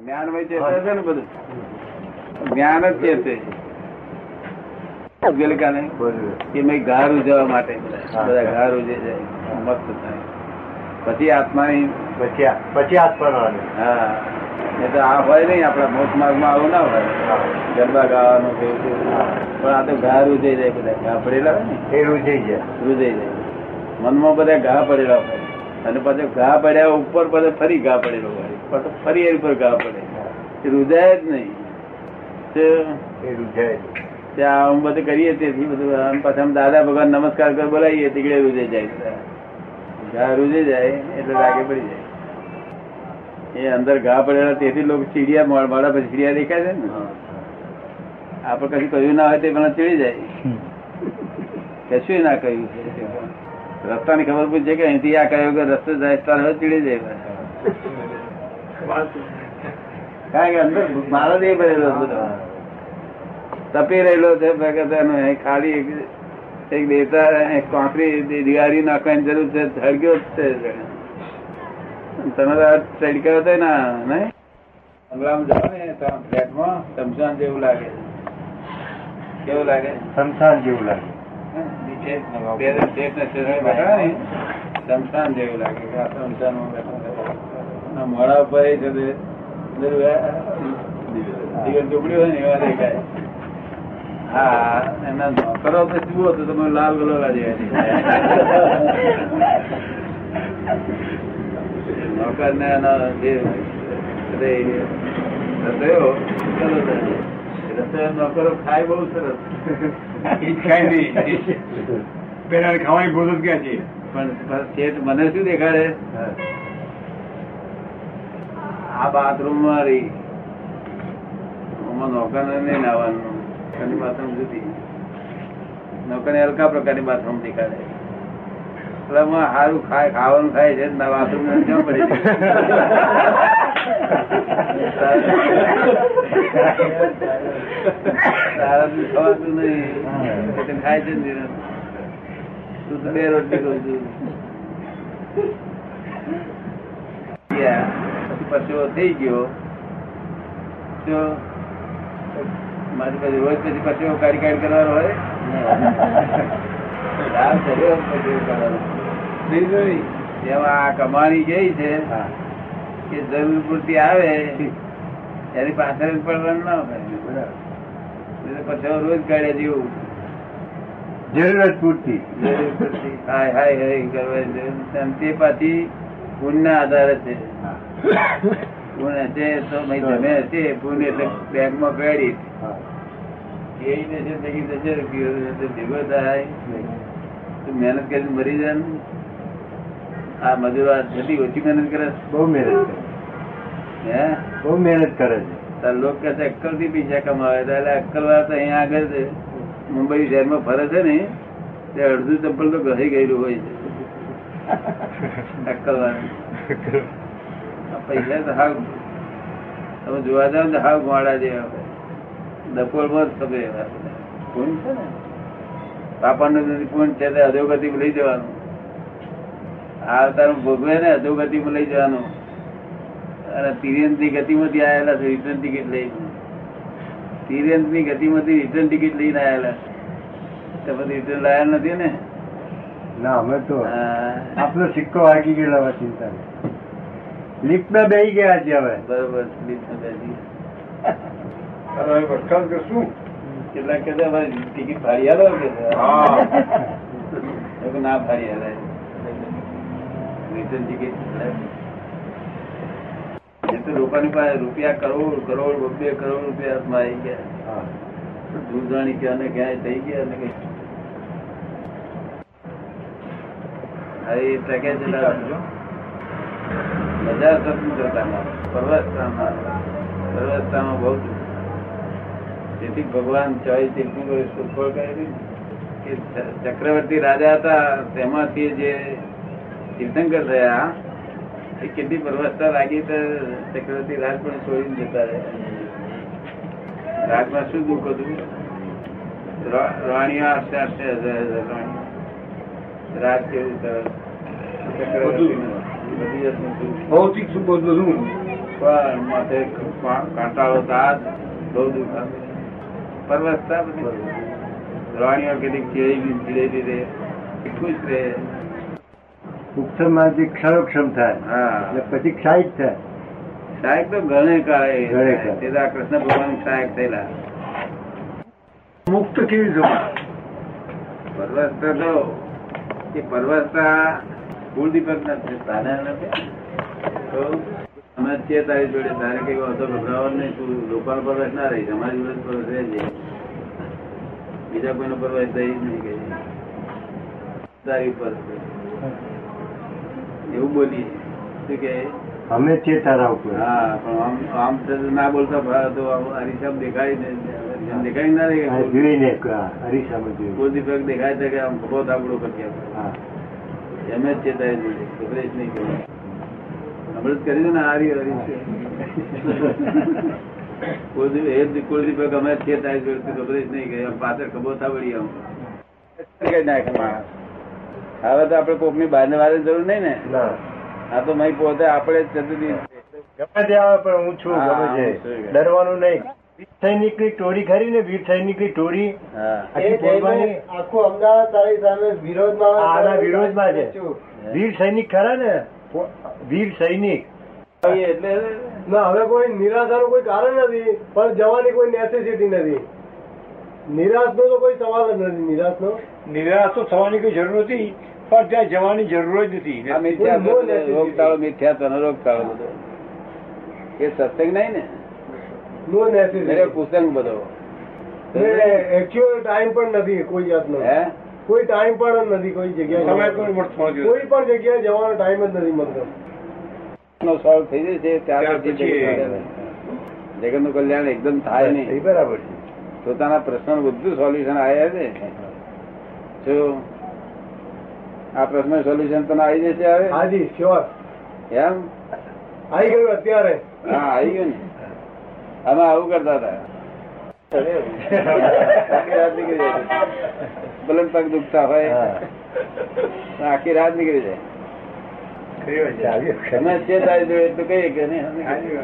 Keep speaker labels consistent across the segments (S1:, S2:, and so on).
S1: જ્ઞાનમય ચેતા છે ને બધું જ્ઞાન જ ચેતે ઉગેલકા નહીં એમાં ગાર ઉજવા માટે બધા બધા ગાર ઉજે જાય મસ્ત થાય પછી આત્માની
S2: પછી આ- પછી હાથ પડવાનું
S1: હા એ તો આ હોય નહીં આપણા મોટ માર્ગમાં આવું ના હોય ગરબા ગાવાનું કે એવું તેવું. પણ આ તો ઘા રૂજાઈ જાય બધા ઘા પડેલા હોય ને
S2: એ રૂજાઈ જાય
S1: રૂજાઈ જાય મનમાં બધા ઘા પડેલા હોય અને પાછો ઘા પડ્યા ઉપર પાછો ફરી ઘા પડેલો હોય પાછો ફરી એની ઉપર ઘા પડે એ રૂજાય જ નહીં તો
S2: એ રૂજાય જ.
S1: ત્યાં આમ બધું કરીએ તેથી બધું આમ પાછા આમ દાદા ભગવાન નમસ્કાર કરી બોલાવીએ તીકડે રૂજે જાય ઘા રૂજે જાય એટલે લાગે પડી જાય એ અંદર ઘા પડેલા તેથી લોકો ચીડિયા મોડ- મોડા પછી ચીડિયા દેખાય છે ને આપણે કશું કહ્યું ના હોય તે પણ ચીડી જાય કશું ના કહ્યું છે રસ્તાની ખબર પૂછે કે અહીંથી આ કહ્યું કે રસ્તો જાય તાર હવે ચીડી જાય કારણ કે અંદર મારો જ એ ભરેલો છે બધો. તપી રહેલો છે ભગત એનો અહીં ખાલી એક- એક દેતા એક કોંકરી દી- દિવાળી નાખવાની જરૂર છે ધડગ્યો જ છે જણે. તમે તો આ સ્ટડી કર્યો હતો ને નહીં? બંગલામાં જાઓ ને તો આમ ફ્લેટમાં સમસાન જેવું લાગે કેવું લાગે
S2: સ્મશાન જેવું લાગે
S1: હે? નીચે પેરેન્ટ્સ શેઠ ને શેઠને બેઠા હોય ને સમસાન જેવું લાગે કે આ સમસાનમાં બેઠા છે. આ મોડા ઉપર એ છે તે બધું આ જીવન ટુકડ્યું હોય ને એવા દેખાય હા એના નોકરો તો જુઓ તો તમે લાલ ગલોલા જેવા દેખાય. નોકરને એનો જે બધે રસોઈયો, ચલો જાય. રસોઈયો નોકરો ખાય બહુ સરસ
S3: પેલા ખાવાની ભૂલ જ ક્યાં છે
S1: પણ પણ શેઠ મને શું દેખાડે આ બાથરૂમ માં રહી આમાં નોકરને નહીં નાવાનું નોકરની બાથરૂમ જુદી નોકરને હલકા પ્રકારની બાથરૂમ દેખાડે એટલે આમાં સારું ખાય ખાવાનું ખાય છે ને બાથરૂમ ને ક્યાં પડી જાય? તારાથી ખવાતું નહીં એટલે ખાય છે ને નિરંતર. તું તો બે રોટલી ખાઉં છું. ગયા. પછી પરસેવો થઈ ગયો તો મારી પાસે રોજ પછી પરસેવો કાઢી કાઢી કરવાનો હોય રાત ધર્યો પરસેવો કરવાનો. જેમાં આ કમાણી ગઈ છે કે જરૂર પૂરતી આવે એની પાછળ જ પડવાનું ના હોય એટલે પરસેવો રોજ કાઢે જેવું
S2: જરૂરત પૂરતી
S1: જરૂર પડતી. હાય હાય હાય કરવાની જરૂર નથી. અને તે પાછી ગુણના આધારે છે ગુણ હશે તો ભાઈ તમે હશે પુણ્ય એટલે બેંકમાં ક્રેડિટ એ જશે તો એ જશે રૂપિયો જશે ભેગો થાય તું મહેનત કરીને મરી જાય ને આ મજૂરો આ છતી ઓછી મહેનત કરે છે.
S2: બહુ મહેનત કરે
S1: હે
S2: બહુ મહેનત કરે છે
S1: તાર લોકો કહે છે અક્કલ થી પૈસા કમાવે તારે અક્કલ વાળા તો અહીંયા આગળ છે મુંબઈ શહેરમાં ફરે છે ને તે અડધું ચપ્પલ તો ઘરે ગયેલું હોય છે અક્કલ વાળા પૈસા તો હાવ તમે જોવા જાવ ને તો હાવ ગોળા જેવા હોય ડકોળમાં જ ખબર એવા કોણ છે ને પાપાનું નથી કોણ છે તે અધોગતિમાં લઈ જવાનું આ અવતારમાં ભોગવે ને અધોગતિમાં લઈ જવાનું અને તિર્યંતની ગતિમાંથી આવેલા છે રિટર્ન ટિકિટ લઈને તિર્યંતની ગતિમાંથી રિટર્ન ટિકિટ લઈને આવેલા તો પછી રિટર્ન લાયા નથી ને
S2: ના અમે તો
S1: હા,
S2: આપણો સિક્કો વાગી ગયેલો હવે ચિંતા લિફ્ટમાં બેસી ગયા છે હવે
S1: બરોબર લિફ્ટમાં બેસી ગયા.
S3: અરે વરસાદ કે શું
S1: કેટલાક કહેતા "ભાઈ, ટિકિટ ફાડી આલો કે
S3: હા
S1: મેં કીધું, ના ફાડી આલે રિટર્ન ટિકિટ એ તો લોકોની પાસે રૂપિયા કરોડ કરોડ બે કરોડ રૂપિયા હાથમાં આવી ગયા
S2: હા.
S1: દૂધરાણી ક્યાં ને ક્યાંય થઈ ગયા ને કઈ હવે એ ટકે છે લાવજો. બધા સ્વતંત્રતામાં, પરવસતામાં, પરવસતામાં બહુ દુઃખ. તેથી ભગવાન ચોવીસ તીર્થનું કોઈ સુફળ કર્યું કે ચ- ચક્રવર્તી રાજા હતા તેમાંથી જે તીર્થંકર થયા એ કેટલી પરવસતા લાગી તો ચક્રવર્તી રાજ પણ છોડીને જતા રહ્યા રાજમાં શું દુઃખ હતું રા- રાણીઓ આસ્તે આસ્તે હજાર હજાર રાણીઓ. રાજ કેવું સરસ. ચક્રવર્તીનું. બધી જાતનું સુખ.
S3: ભૌતિક સુખ બધું શું
S1: પણ માથે કા- કાંટાળો દાંત બહુ દુખાશે પરવસતા બધી રાણીઓ કેટલીક ચીડી ધીરે ધીરે ખુશ રહે
S4: સૂક્ષ્મમાંથી ક્ષરોક્ષમ થાય
S1: હા
S4: એટલે પછી ક્ષાયિત થાય
S1: સાહેબ તો ઘણે
S4: ઘણે
S1: કાળે
S4: કાળે.
S1: તે તો આ કૃષ્ણ ભગવાન સાહેબ થયેલા
S5: મુક્ત કેવી જવા
S1: પરવસતા તો એ પરવસતા કુળ દીપક નથી સાધારણ નથી તો અમે જ છીએ તારી જોડે તારે કઈ વાંધો ગભરાવાનો નહીં તું લોકોનો પરવેશ ના રહીશ અમારી જોડે જ પરવેશ રહેજે બીજા કોઈનો પરવેશ રહી જ નહીં કઈ તારી ઉપર છે. એવું બોલી શું કે
S4: અમે છે તારા ઉપર
S1: હા પણ આમ આમ તો ના બોલતા ભાવ તો આમ હરીસામ દેખાય ને દેખાય ના
S4: આ
S1: રહે
S4: જોઈને કે આ હરીસામાં જોઈને.
S1: કોઈ દીપક દેખાય છે કે આમ ખોટો દાબડો કરી આપે
S4: હા
S1: એમ જ છે તારી જોડે ગભરાઈશ નહીં કહેવાય હમણાં જ કરી દો ને હારી હારી છે કોઈ દી- એ દી- કોઈ દીપક અમે જ છે તારી જોડે તું ગભરાઈશ નહીં કે આમ પાછળ ખભો થાબડી આમ કઈ નાખે માણસ. હવે તો આપણે કોકની ની બહાર જરૂર નહીં ને
S4: ના
S1: આ તો મય પોતે આપણે જ ચતુર્થી
S4: ગમે તે આવે પણ હું છું
S1: હા,
S4: ગમે
S1: હું છું.
S4: છે ડરવાનું નહીં વીર સૈનિકની ટોરી ખરી ને વીર સૈનિકની ટોરી
S1: હા
S4: આખી બોલવાની
S3: આખું અમદાવાદ તારી સામે વિરોધમાં આવે.
S4: આના વિરોધમાં છે.
S3: છું.
S4: વીર સૈનિક ખરા ને પો- વીર સૈનિક
S1: એ એટલે
S3: ના હવે કોઈ નિરાશાનું કોઈ કારણ નથી પણ જવાની કોઈ નેસેસિટી નથી નિરાશનો તો કોઈ સવાલ જ નથી નિરાશનો
S5: નિરાશ તો થવાની કોઈ જરૂર નથી પણ ત્યાં જવાની જરૂર જ નથી
S1: આ મિથ્યાત્વ બધો રોગચાળો મિથ્યાત્વનો રોગચાળો બધો એ સત્સંગ નહીં ને
S3: નો
S1: એટલે
S3: નેસેસિટી
S1: કુસંગ બધો
S3: એકચ્યુઅલ ટાઈમ પણ નથી કોઈ જાતનો
S1: હે
S3: કોઈ ટાઈમ પણ નથી કોઈ
S5: સમય
S3: જગ્યાએ
S5: કોઈ મળતો નથી.
S3: કોઈ પણ જગ્યાએ જવાનો ટાઈમ જ નથી મળતો
S1: નો સોલ્વ થઈ જશે ત્યાર
S5: ત્યાર
S1: પછી
S5: પછી
S1: જગત નું કલ્યાણ એકદમ થાય
S4: એ
S1: નહીં
S4: બરાબર છે
S1: પોતાના પ્રશ્ન બધું સોલ્યુશન આવ્યા છે જો આ પ્રશ્ન સોલ્યુશન તને આવી જશે હવે
S3: હાજી શ્યોર
S1: એમ
S3: આવી ગયું અત્યારે
S1: હા આવી ગયું ને અમે આવું કરતા હતા આખી રાત નીકળી જાય બલન પગ દુખતા હોય
S4: હા.
S1: આખી રાત નીકળી જાય
S5: ખરી વાત
S4: ચાલ્યું ખરી.
S1: તમે જે થાય છે એટલું કહીએ કે નહીં અમે કહીએ.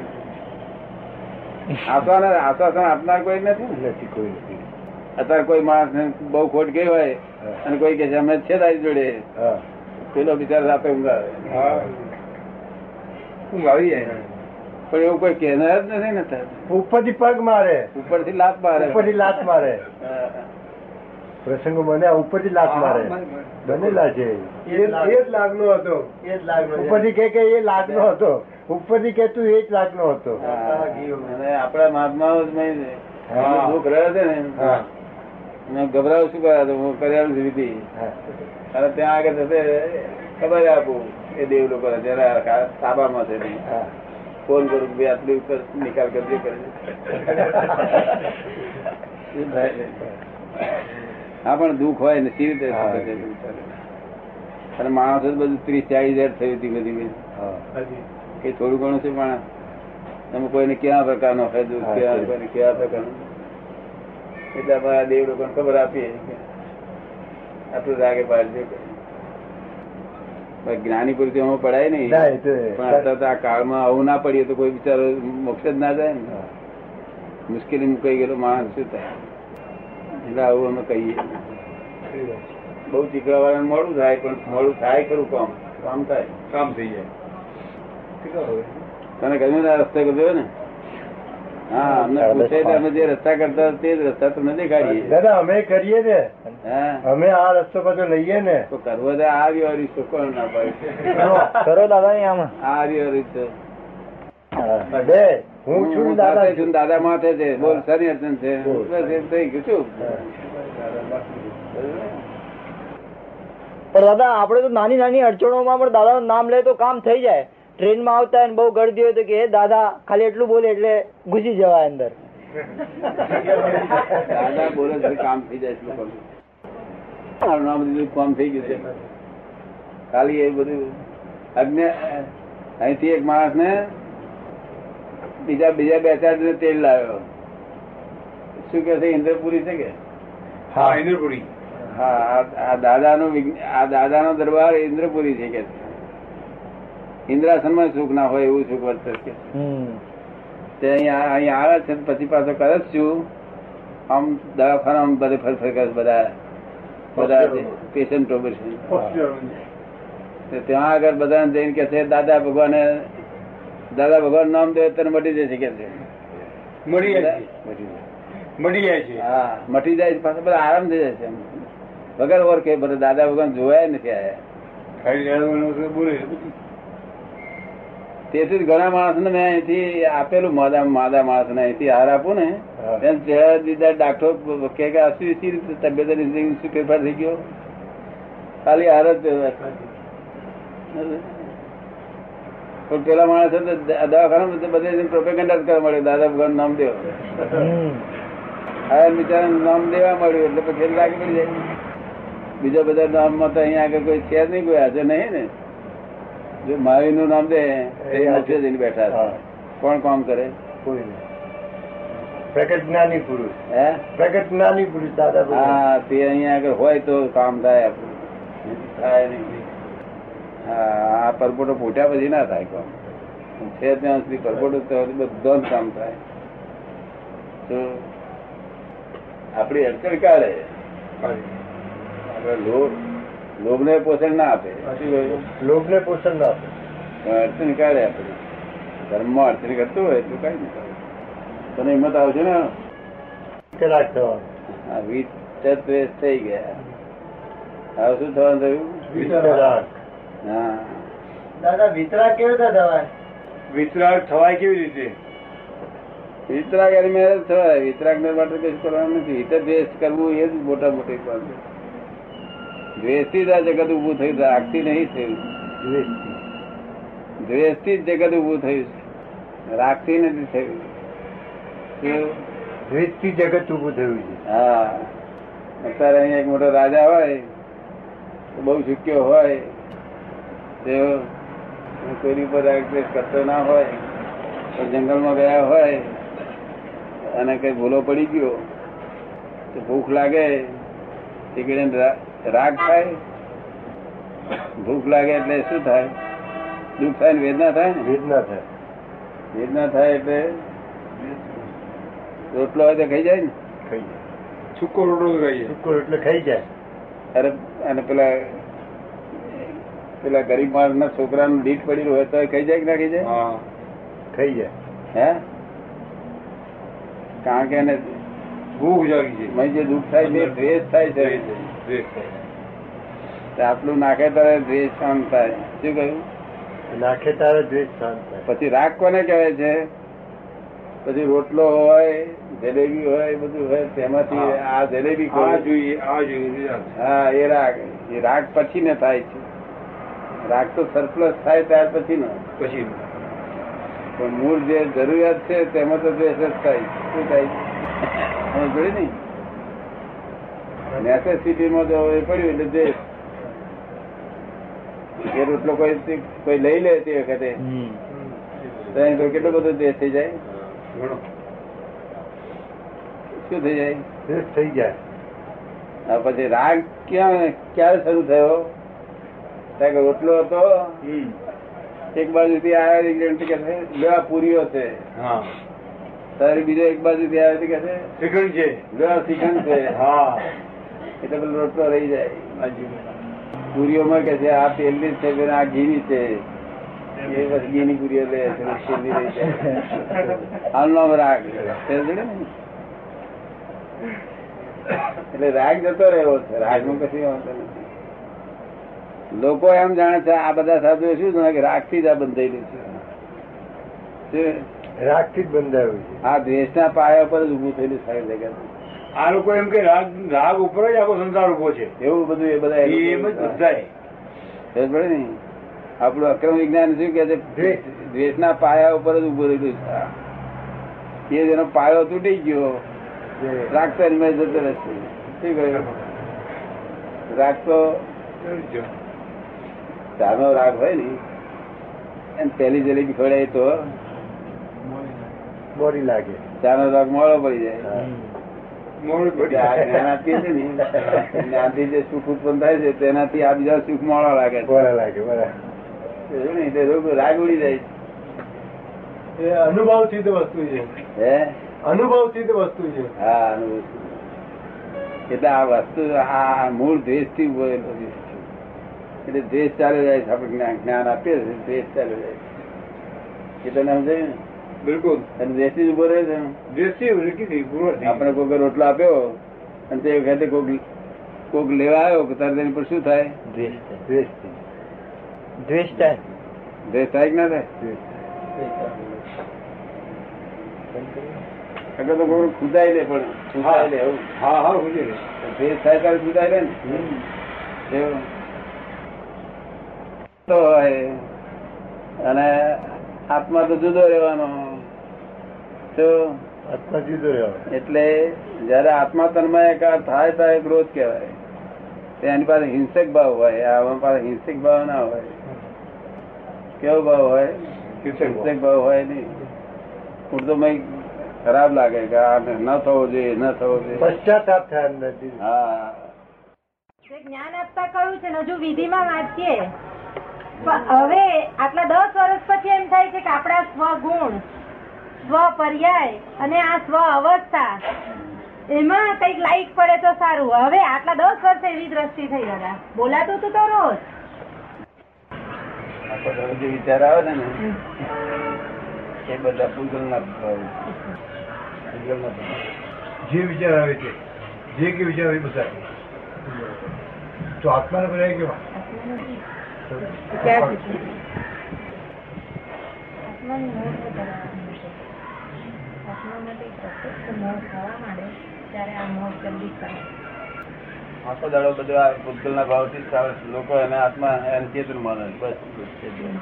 S1: આશ્વાસન આશ્વાસન આપનાર કોઈ નથી ને.
S4: નથી કોઈ નથી
S1: અત્યારે કોઈ માણસ બહુ ખોટ ગઈ હોય
S4: હા.
S1: અને કોઈ કે છે અમે જ છે તારી જોડે
S4: હા.
S1: પેલો બિચારો રાતે ઊંઘાવે
S5: હા ઊંઘ આવી જાય
S1: પણ એવું કોઈ કહેનાર જ નથી ને અત્યારે.
S4: ઉપરથી પગ મારે
S1: ઉપરથી લાત મારે
S4: ઉપરથી લાત મારે
S1: હા.
S4: પ્રસંગો મને આ ઉપરથી લાત મારે બનેલા છે
S3: એ એ જ લાગનો હતો એ જ લાગનો
S4: ઉપરથી કે કે એ લાગનો હતો ઉપરથી કે તું એ જ લાગનો હતો
S1: અને આપણા મહાત્માઓ જ નહીં ને. એમનું દુઃખ રહે છે ને
S4: હા.
S1: એમને ગભરાવું શું કર્યા હું કર્યા નથી વિધિ.
S4: હા.
S1: અને ત્યાં આગળ જશે ખબર આપું એ દેવ લોકો જરા તાબામાં છે નહીં.
S4: હા.
S1: ફોન કરું કે ભાઈ આટલી ઉપર નિકાલ કરજે કરજે એ થાય છે. હા પણ દુઃખ હોય ને સી રીતે
S4: હા.
S1: થશે દુઃખ થાય? અને માણસ જ બધું ત્રીસ ચાલીસ હજાર થયું ધીમે ધીમે
S4: હા.
S3: હાજી
S1: કે થોડું ઘણું છે પણ તમે કોઈને કેવા પ્રકારનો ફાયદો
S4: હા,
S1: કેવા
S4: છે.
S1: કોઈને કેવા પ્રકારનો એટલે આપણે આ દેવ લોકોને ખબર આપીએ કે આટલું રાગે પાડજે પણ જ્ઞાની પુરુષ એમાં પડાય નહીં
S4: ના, એ તો
S1: પણ અત્યારે તો આ કાળમાં આવું ના પડીએ તો કોઈ બિચારો મોક્ષ જ ના જાય ને
S4: હા.
S1: મુશ્કેલી મુકાઈ ગયેલો માણસ શું થાય એટલે આવું અમે કહીએ બહુ ચીકડા વાળાને મોડું થાય પણ મોડું થાય ખરું કામ કામ થાય
S5: કામ થઈ જાય
S1: તને ગમે તે આ રસ્તે કરજો ને હા અમને પૂછે તો અમે જે રસ્તા કરતા હતા તે જ રસ્તા તમને દેખાડીએ
S4: દાદા અમે કરીએ ને
S1: હા
S4: અમે આ રસ્તો પાછો લઈએ ને
S1: તો કરવો તો આવી વાળી છો કોણ ના પાડે
S4: કરો દાદા આમાં
S1: આવી વાળી છો
S4: બે હું છું ને
S1: હું
S4: દાદા
S1: સાથે છું ને દાદા માથે છે બોલ શનિ અર્ચન છે
S4: બોલ.
S1: બસ એમ થઈ ગયું શું
S4: હા.
S6: પણ દાદા આપણે તો નાની નાની અડચણોમાં પણ દાદાનું નામ લે તો કામ થઈ જાય ટ્રેનમાં આવતા હોય ને બહુ ગળદી હોય તો કે "હે દાદા ખાલી એટલું બોલે એટલે ઘૂસી જવાય અંદર
S1: દાદા બોલે છે કામ થઈ જાય છે લોકોનું. આનું આ બધું કામ થઈ ગયું છે ખાલી એ બધું અજ્ઞા અહીંથી એક માણસ ને બીજા બીજા બે ચાર ને તેલ લાવ્યો શું કે છે ઇન્દ્રપુરી છે કે
S5: હા ઇન્દ્રપુરી
S1: હા આ- આ દાદાનો વિજ્ઞ- આ દાદાનો દરબાર ઇન્દ્રપુરી છે કે છે. ઇન્દ્રાસનમાં સુખ ના હોય એવું સુખ વર્તે છે
S7: હમ
S1: તે અહીંયા અહીંયા આવે છે ને પછી પાછો કરે જ શું આમ દવાખાનામાં બધે ફરફર કરે છે બધા બધા પેશન્ટો પછી તો ત્યાં આગળ બધાને જઈને કે છે દાદા ભગવાને દાદા ભગવાન નામ દે તને મટી જશે કે છે
S3: મળી જાય છે
S1: મટી જાય.
S3: મળી જાય છે
S1: હા મટી જાય છે, પાછું બધા આરામ થઈ જાય છે એમ. વગર ઓળખે બધા દાદા ભગવાન જોયા નથી આયા
S3: ખાલી જાણવાનું છે, બોલે
S1: તેથી જ ઘણા માણસને મેં અહીંથી આપેલું માદા માદા માણસને અહીંથી હાર આપું ને
S3: હા.
S1: એને ચહેરા દીધા ડાક્ટર કહે કે આ શું શી રીતે તબિયત અને જિંદગીમાં શું ફેરફાર થઈ ગયો ખાલી હાર જ ફેરફાર થયો. પણ પેલા માણસ દવાખાના બધે પ્રોપેગેન્ડા કરવા મળ્યો દાદા ભગવાન નામ દેવ
S7: હમ
S1: હવે બિચારા નામ દેવા મળ્યું એટલે પછી એને લાગી પડી જાય બીજા બધા નામમાં તો અહીંયા આગળ કોઈ છે જ નહીં કોઈ હાજર નહીં ને જો મહાવીર નું નામ દે
S3: એ હાજર.
S1: જઈને બેઠા છે.
S3: હા.
S1: કોણ કામ કરે
S3: કોઈ નહીં. પ્રગટ જ્ઞાની પુરુષ
S1: હે
S3: પ્રગટ જ્ઞાની પુરુષ દાદા ભગવાન.
S1: હા તે અહીંયા આગળ હોય તો કામ થાય આપણું. થાય નહીં હા આ પરપોટો ફૂટ્યા પછી ના થાય કામ છે ત્યાં સુધી પરપોટો તો બધો જ કામ થાય તો આપણી અડચણ કાઢે આપણે લોભ લોભને પોષણ ના આપે શું કહ્યું?
S3: લોભને પોષણ ના આપે
S1: પણ અડચણ કાઢે આપણે ધર્મમાં અડચણ કરતું હોય એટલું કઈ નહીં તને હિંમત આવશે ને
S3: કલાક થવાનો.
S1: આ વીસ તત્વેશ થઈ ગયા હવે શું થવાનું થયું
S3: વિતરાગ.
S1: હા
S7: દાદા વિતરા કેવી રીતે થવાય
S3: વિતરાગ થવાય કેવી રીતે
S1: વિતરાગ અને મેરેજ થવાય વિતરાગ ને માટે કશું કરવાનું નથી હિત દ્વેષ કરવું એ જ મોટા મોટી વાત છે દ્વેષથી જ આ જગત ઉભું થયું છે આગથી નહીં થયું દ્વેષથી જ જગત ઉભું થયું છે રાખથી નથી થયું કેવું?
S2: દ્વેષથી જગત ઉભું થયું છે
S1: હા અત્યારે અહીંયા એક મોટો રાજા હોય તો બહુ શીખ્યો હોય તે કોઈની ઉપર રાગ દ્વેષ કરતો ના હોય તો જંગલમાં ગયા હોય અને કઈ ભૂલો પડી ગયો તો ભૂખ લાગે તે કીડીને રા- રાગ થાય ભૂખ લાગે એટલે શું થાય દુઃખ થાય ને વેદના થાય ને
S3: વેદના થાય
S1: વેદના થાય એટલે રોટલો હોય તો ખાઈ જાય ને
S3: ખાઈ જાય સૂકો રોટલો ખાઈ જાય
S1: અરે અને પેલા પેલા ગરીબ માણસ ના છોકરા નું દીઠ પડેલું હોય તો કઈ જાય કે ના કઈ જાય
S3: ખાઈ જાય
S1: હે કારણ કે એને
S3: ભૂખ જાગી
S1: મને જે દુઃખ થાય છે એ દ્વેષ થાય છે તો આટલું નાખે ત્યારે દ્વેષ શાંત થાય શું કહ્યું
S3: નાખે તારે દ્વેષ શાંત થાય
S1: પછી રાગ કોને કહેવાય છે પછી રોટલો હોય જલેબી હોય એ બધું હોય તેમાંથી આ જલેબી કોણ
S3: જોઈએ આ જોઈએ
S1: હા એ રાગ એ રાગ પછી ને થાય છે રાગ તો સરપ્લસ થાય ત્યાર પછી નો
S3: પછી
S1: પણ મૂળ જે જરૂરિયાત છે તેમાં તો દ્વેષ જ થાય છે. શું થાય છે? સમજ પડી ને નેસેસિટીમાં જો એ પડ્યું એટલે દ્વેષ એ રોટલો કોઈ કોઈ લઈ લે તે વખતે તો એની જોડે કેટલો બધો દ્વેષ થઈ જાય શું થઈ જાય
S3: દ્વેષ થઈ જાય
S1: આ પછી રાગ ક્યાં ક્યારે શરૂ થયો ત્યાં કે રોટલો હતો એક બાજુથી આવ્યો એક જણ કે છે, લેવા પૂરીઓ છે
S3: હા
S1: તારી બીજો એક બાજુથી આવ્યો તો કે છે,
S3: શ્રીખંડ છે
S1: લેવા શ્રીખંડ છે
S3: હા
S1: એટલે પેલો રોટલો રહી જાય પૂરીઓમાં કે છે આ તેલની જ છે પેલા આ ઘીની છે એ પછી ઘીની પૂરીઓ લે છે પેલી તેલની રહી જાય આનું નામ રાગ સમજે ને? એટલે રાગ જતો રહ્યો છે રાગનું કશું વાંધો નથી લોકો એમ જાણે છે આ બધા સાધુ શું જાણે કે રાગથી જ આ બંધાયેલું છે શું?
S3: રાગ થી જ બંધાયું છે
S1: આ દ્વેષના પાયા પર જ ઉભું થયેલું સાહેબ જગત
S3: આ લોકો એમ કે રાગ રાગ ઉપર જ આખો સંસાર ઉભો છે
S1: એવું બધું એ બધા એ લોકો-
S3: એ એમ જ બધાય
S1: ખબર પડે ને? આપણું અક્રમ વિજ્ઞાન શું કે છે
S3: દ્વેષ.
S1: દ્વેષના પાયા ઉપર જ ઉભું રહેલું છે એ જેનો પાયો તૂટી ગયો રાગ તો એની પાસે જતો રહેશે શું કહ્યું રાગ તો ચાનો રાગ હોય ને એમ પહેલી જલેબી ખવડાય તો
S3: બોડી લાગે
S1: ચાનો રાગ મોડો પડી જાય
S3: મોડું
S1: એટલે આ જ્ઞાન આપીએ છીએ ને જ્ઞાનથી જે સુખ ઉત્પન્ન થાય છે તેનાથી આ બીજા સુખ મોડા લાગે છે
S3: બરા લાગે બરા
S1: જોયું ને, એટલે રોગ રાગ ઉડી જાય
S4: એ અનુભવ સિદ્ધ વસ્તુ છે
S1: છે. હે
S4: અનુભવ સિદ્ધ વસ્તુ છે
S1: હા અનુભવ છું. એટલે આ વસ્તુ આ મૂળ દ્વેષ થી ઉભો એટલે દ્વેષ ચાલ્યો જાય છે આપણે જ્ઞાન જ્ઞાન આપીએ છીએ દ્વેષ ચાલ્યો જાય છે. એટલે તમે સમજાયું ને?
S3: બિલકુલ
S1: અને દ્વેષ જ ઉભો રહે છે ને?
S3: દ્રષ્ટિ ઉલટી થઈ પૂરો થઈ.
S1: આપણે કોઈક રોટલો આપ્યો અને તે વખતે કોક કોક લેવા આવ્યો તારે તેની પર શું થાય
S2: દ્વેષ છે.
S7: દ્વેષ થાય
S1: દ્વેષ થાય કે ના થાય
S2: દ્વેષ.
S1: અગર તો કોક ખુદાઈ લે પણ ખુદાઈ લે એવું
S3: હા હા હું જોઈ લઈશ.
S1: ભેદ થાય ત્યારે જુદાય રહે ને એવું. તો હોય. અને આત્મા તો જુદો રહેવાનો તો
S2: આત્મા જુદો રહેવાનો.
S1: એટલે જયારે આત્મા તન્મય એકાર થાય ત્યારે ક્રોધ કહેવાય તો એની પાસે હિંસક ભાવ હોય આમાં પાસે હિંસક ભાવ ના હોય કેવો ભાવ હોય
S3: હિંસક ભાવ.
S1: હિંસક ભાવ હોય નહીં પૂરતો મય ખરાબ લાગે કે આ ન થવો જોઈએ ન થવો જોઈએ
S2: પશ્ચાતાપ થાય અંદરથી
S1: હા
S8: જે જ્ઞાન આપતા કહ્યું છે ને હજુ વિધિમાં વાંચીએ પણ હવે આટલા દસ વર્ષ પછી એમ થાય છે કે આપણા સ્વગુણ સ્વ પર્યાય અને આ સ્વ અવસ્થા એમાં કઈક લાઈટ પડે તો સારું હવે આટલા દસ વર્ષ એવી દ્રષ્ટિ થઈ દાદા બોલાતું હતું તો રોજ
S1: આખો દડો જે વિચાર આવે છે ને એ બધા પૂજલના ભાવે છે. પૂજલના ભાવે.
S4: જે વિચાર આવે છે જે કે વિચાર આવે બધા તો આત્માને બનાવી કેવા
S8: ક્યાં સુધી? આત્માની મોહ વધારવાની છે. આત્મા માટે પ્રત્યક્ષ મોહ થવા માંડે ત્યારે આ મોહ જલ્દી થાય
S1: આખો દાડો બધો આ પૂજલના ભાવથી જ ચાલે છે. લોકો એને આત્મા એને ચેતન માને છે. બસ એટલું જ છે.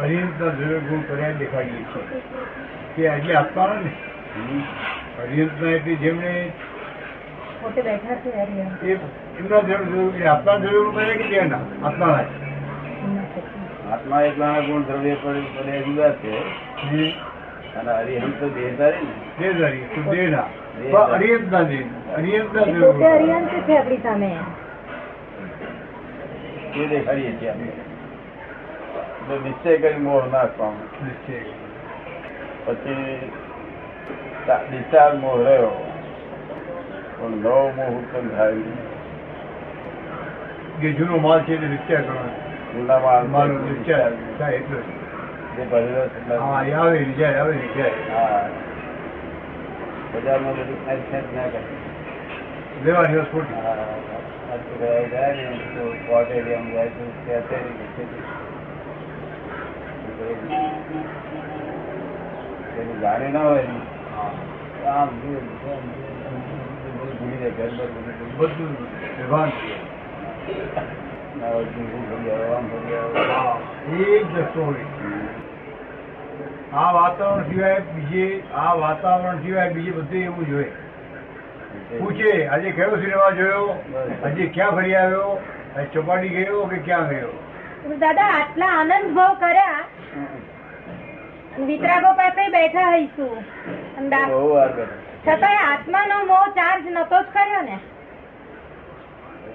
S4: હરિયંતના જરૂર ગુણ કર્યા દેખાડીએ છીએ તે આજે આપવાના ને હરિયંતના એટલે જેમણે
S8: પોતે બેઠા છે હરિયમ
S4: એ એમના જરૂર જોયું કે આપણા જરૂર કર્યા કે તેના આપવાના
S1: આત્મા એક નાના ગુણ દ્રવ્ય પર પર જુદા છે અને હરિહંસ તો દેહધારી ને
S4: તે ધારી તો તેના
S1: દેહધારી.
S4: હરિયંતના જે હરિયંતના
S8: એ
S4: જરૂર
S8: પોતે હરિયમ છે આપણી સામે
S1: તે દેખાડીએ છીએ આપણે એટલે નિશ્ચય કરી મોહ ના પામે. પછી તા- વિશાળ મોહ રહ્યો પણ નવો મોહ ઉત્પન્ન થાય નહીં.
S4: જે જૂનો માલ છે એને વિચાર કરવાનો
S1: જૂના
S4: મારો
S1: માણસો
S4: વિચાર થાય એટલો જ.
S1: જે ભરેલો છે એટલા
S4: હા એ આવે ને જાય આવે ને જાય
S1: હા. બજારમાં બધું ખેંચ ખેંચ ના કરે.
S4: લેવાની વસ્તુ ખોટી.
S1: હા. આજથી ઘરે જાય ને તો કોર્ટ એરિયામાં જાય તો ત્યાં છે ને ખેંચી. પેલું જાણે ના હોય ને તો આમ જુએ, આમ જુએ, આમ જુએ, બધું ભૂલી જાય ઘર પર બધું ભૂલી જાય.
S4: બધું વ્યવહાર છે.
S1: ના હોય તો ઊંઘ ભરી આવે, આમ ભરી આવે.
S4: એક જથ્થો હોય આ વાતાવરણ સિવાય બીજે આ વાતાવરણ સિવાય બીજે બધે એવું જોઈએ પૂછે આજે કયો સિનેમા જોયો આજે ક્યાં ફરી આવ્યો આજે ચોપાટી ગયો કે ક્યાં ગયો
S8: દાદા આટલા આનંદ ભાવ કર્યા અને વિતરાગો પાસે બેઠા હઈશું અને દા-
S1: બહુ વાર કરે.
S8: છતાંય આત્માનો મોહ ચાર્જ નતો જ કર્યો ને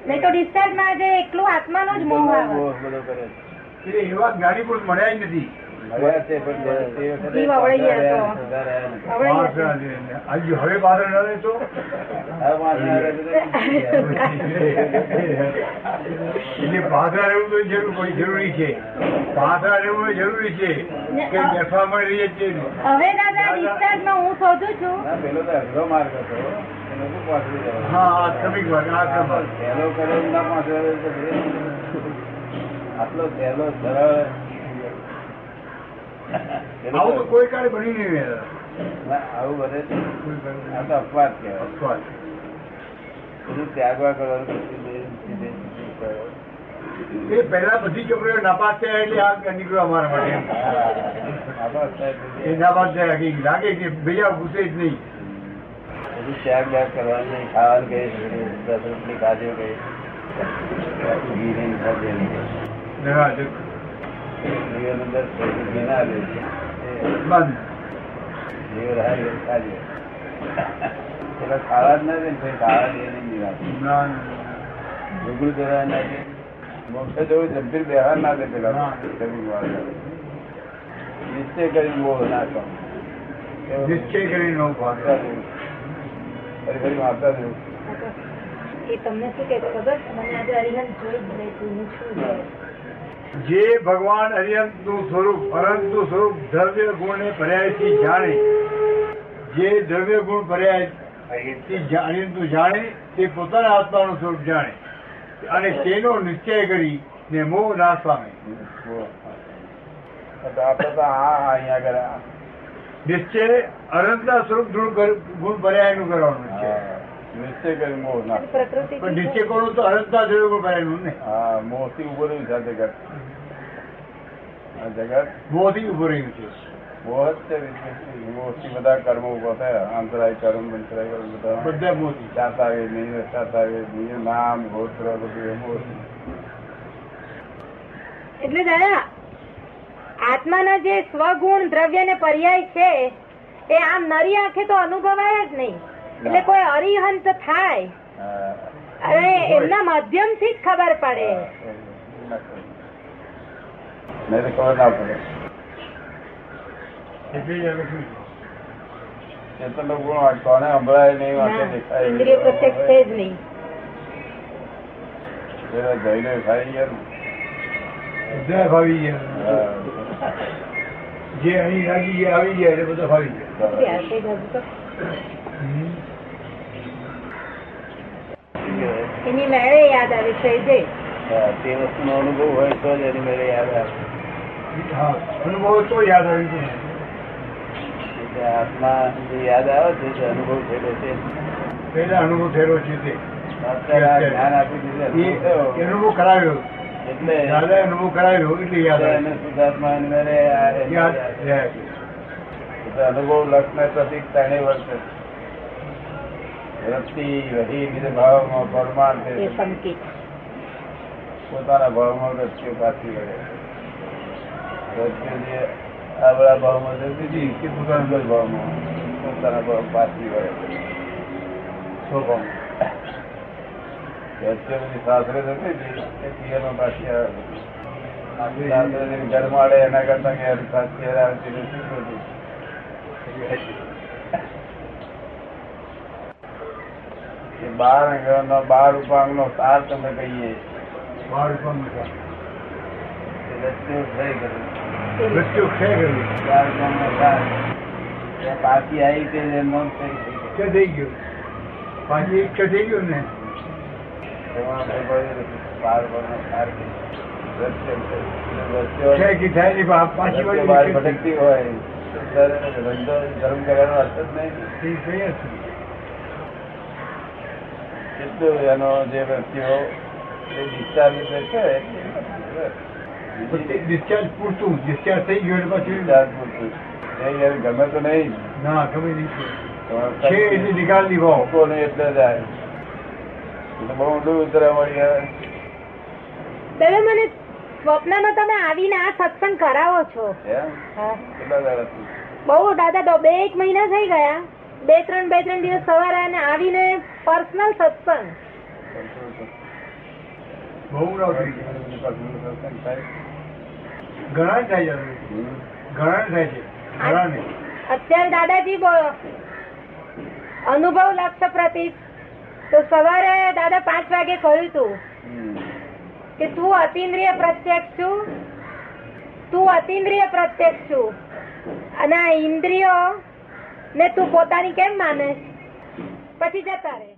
S8: નહીં તો discharge માં આજે એકલું આત્માનો જ મોહ આવે
S1: મોહ બધો કરે છે.
S4: એટલે એવા જ્ઞાની પુરુષ મળ્યા જ નથી
S1: મળ્યા છે પણ તે વખતે
S8: જીવ અવળી ગયા તો.
S1: બધા રહ્યા નથી.
S8: હવે
S4: માણસ ના લઈને. આજે હવે બહાર ના રહેતો
S1: આ માણસના
S4: એટલે પાછા રહેવું તો જરૂર પણ જરૂરી છે પાછા રહેવું એ જરૂરી છે કે બેઠવામાં રહીએ છીએ
S8: હવે દાદા discharge માં હું શોધું છું
S1: ના, પેલો તો અઘરો માર્ગ હતો એનો શું પાછળ જવાનું?
S4: હા, આ ક્રમિક માર્ગ, આ ક્રમ માર્ગ.
S1: પહેલો કર્યો ના પાછળ રહ્યો તો ધીરે ધીરે. આટલો સહેલો સરળ પેલો
S4: આવું તો કોઈ કાળે બની નહીં રહ્યા.
S1: ના, આવું બધે
S4: કોઈ કાળે બની
S1: આ
S4: નહીં.
S1: તો અપવાદ કહેવાય
S4: અપવાદ.
S1: બધું ત્યાગવા કરવાનું બધું ધીરે ધીરે ધીરે કરો.
S4: એ પહેલા બધી છોકરીઓ નાપાસ થયા એટલે આ નીકળ્યો અમારા માટે
S1: હા, આભાર સાહેબ.
S4: એ નાપાસ થયા કે લાગે કે બીજા ઘૂસે જ નહીં
S1: બધું ત્યાગ ત્યાગ કરવાનું નહીં ખાવાનું કહીએ દસ રોટલી ખાજો કહીએ ઘી નહીં ખાજો નહીં
S4: ના, જો
S1: જીવન અંદર ઘી ના લે
S4: બંધ
S1: જીવ રાહ ખાજો પેલા ખાવા જ ના દે ને પછી ખાવા દે નહીં વાત
S4: ના, ના,
S1: ભૂગુલ કરવા ના દે મોક્ષ જવું જંભીર બેહવા ના દે પેલા
S4: હા.
S1: જમીન વાળા નિશ્ચય કરીને બહુ ના કહો
S4: ના. નિશ્ચય કરીને હું
S1: વાંચતા જવું
S4: ભાગતા
S1: ફરી ફરી વાંચતા જવું
S8: એ તમને શું કે ખબર મને આજે અરિહંત જોઈ જ લેતું હું છું
S4: જે ભગવાન અર્યંત નું સ્વરૂપ અનંત નું સ્વરૂપ દ્રવ્ય ગુણ ને પર્યાયથી જાણે જે દ્રવ્ય ગુણ પર્યાય અર્યંત નું જાણે તે પોતાના આત્માનું સ્વરૂપ જાણે અને તેનો નિશ્ચય કરી ને મોહ નાશ પામે
S1: તો આપણે તો હા હા અહીંયા આગળ આ.
S4: નિશ્ચય અનંતના સ્વરૂપ ગુણ કર- ગુણ પર્યાયનું કરવાનું છે
S1: હા. નિશ્ચય કરીને મોહ ના
S8: ને પ્રકૃતિ
S4: પણ નિશ્ચય કરવું તો અનંતના દ્રવ્ય ગુણ પર્યાયનું ને
S1: હા મોહ થી ઉભો રહ્યું છે આ જગત આ જગત
S4: મોહથી ઉભું રહ્યું છે
S1: મોહ જ છે વિશેષથી. મોહથી બધા કર્મો ઉભા થયા આંતરાય કર્મ અંતરાય કર્મ બધા
S4: બધા મોહથી
S1: જાત આવે નહીં રસાત આવે નહીં નામ ગોત્ર બધું એ મોહથી.
S8: એટલે દાદા આત્માના જે સ્વગુણ દ્રવ્ય ને પર્યાય છે એ આમ નરી આંખે તો અનુભવાય જ નહીં એટલે કોઈ અરિહંત થાય
S1: હા.
S8: અને એમના માધ્યમથી જ ખબર પડે
S1: નહીં તો ખબર ના પડે
S4: એટલે જ આ લખ્યું છે.
S1: ચેતનનો ગુણ હોય, કોને સંભળાય નહીં વાંચે
S8: ના,
S1: દેખાય
S8: ઇન્દ્રિય પ્રત્યક્ષ છે જ નહીં
S1: પેલા જઈને ખાઈ ગયા ને.
S4: બધા ભાવી ગયા
S1: હા.
S4: જે અહીં લાગી ગયા આવી ગયા એટલે બધા ભાવી ગયા
S1: બરાબર.
S8: ત્યાં છે જ હજુ તો. એની મેળે યાદ આવે છે એ જે
S1: હા, તે વસ્તુનો અનુભવ હોય તો જ એની મેળે યાદ આવે
S4: હા અનુભવ તો યાદ આવી ગયો
S1: એટલે આત્મા જે યાદ આવે છે તે અનુભવ થયેલો છે
S4: પહેલા અનુભવ થયેલો છે તે
S1: અત્યારે આ જ્ઞાન આપી દીધું છે,
S4: એ
S1: અનુભવ
S4: અનુભવ કરાવ્યો
S1: થયો. એટલે
S4: દાદા અનુભવ કરાવ્યો એટલે યાદ
S1: એને
S4: આવ્યું.
S1: શુદ્ધાત્મા એની મેળે આ એની
S4: યાદ
S1: યાદ આવે.
S4: રહ્યા છે.
S1: એટલે અનુભવ લક્ષને પ્રતિક ત્રણેય વર્ષે રતિ વહી ભાવમાં પરમાર્થે
S8: એ સંકેત
S1: પોતાના ભાવમાં રસ્તીઓ પાછી વળે રસ્તીઓ જે આવડા ભાવમાં જતી હતી કે પોતાના જ ભાવમાં પોતાના ભાવ પાછી વળે સ્વભાવમાં રસ્તીઓ બધી સાસરે જતી હતી એ પિયરમાં પાછી આવે છે. આપણી સાસરે ઘર મળે એના કરતા ઘેર પાછી ઘેર આવતી રહેતી હતી. એ બાર અંગનો બાર ઉપાંગનો સાર તમે કહીએ
S4: બાળ પણ મજા.
S1: રસ્તે થઈ ગયું
S4: મૃત્યુ ક્ષય કર્યું
S1: ચાર ગામના ચાર. ત્યાં પાછી આવી કે જે નોંધ થઈ ગઈ.
S4: ક્ષય થઈ ગયું પાછી એક ક્ષય થઈ ગયું ને
S1: તેમાં મેં કહ્યું, બાર ગામના ચાર કે રસ્તે થઈ. રસ્તે
S4: ક્ષય કી થાય નહીં પણ આ પાછી
S1: રસ્તે
S4: વળી
S1: બહાર
S4: ક્ષય થઈ
S1: ભટકતી હોય તો ત્યારે ધંધો ધર્મ કરવાનો અર્થ જ નહીં ને.
S4: ગઈ જ છે.
S1: એટલું એનો જે વ્યક્તિઓ એ discharge એટલે છે
S4: પણ તે discharge પૂરતું discharge થઈ ગયું એટલે પાછું
S1: discharge પૂરતું. એ યાર ગમે તો નહીં જ.
S4: ના ગમે નહીં છે.
S1: પણ
S4: છે એટલે નિકાલ દીવાઓ
S1: લોકો ને એટલે જાય એટલે બહુ ઊંડું ઉતરામણ યાર.
S8: દાદા મને સ્વપ્નમાં તમે આવીને આ સત્સંગ કરાવો છો
S1: એમ?
S8: હા
S1: કેટલા દાડાથી?
S8: બહુ દાદા દો- બે એક મહિના થઈ ગયા બે ત્રણ બે ત્રણ દિવસ સવારે અને આવીને પર્સનલ સત્સંગ
S4: બહુ રાવ થઈ ગયા.
S1: હમ.
S4: ઘણા ને થાય છે. ઘણા ને થાય છે ઘણા ને
S8: અત્યારે દાદાજી બો- અનુભવ લક્ષ પ્રતીક તો સવારે દાદા પાંચ વાગે કહ્યું તું
S1: હમ.
S8: કે તું અતિન્દ્રિય પ્રત્યક્ષ છું તું અતિન્દ્રિય પ્રત્યક્ષ છું અને આ ઇન્દ્રિયો ને તું પોતાની કેમ માને પછી જતા રહે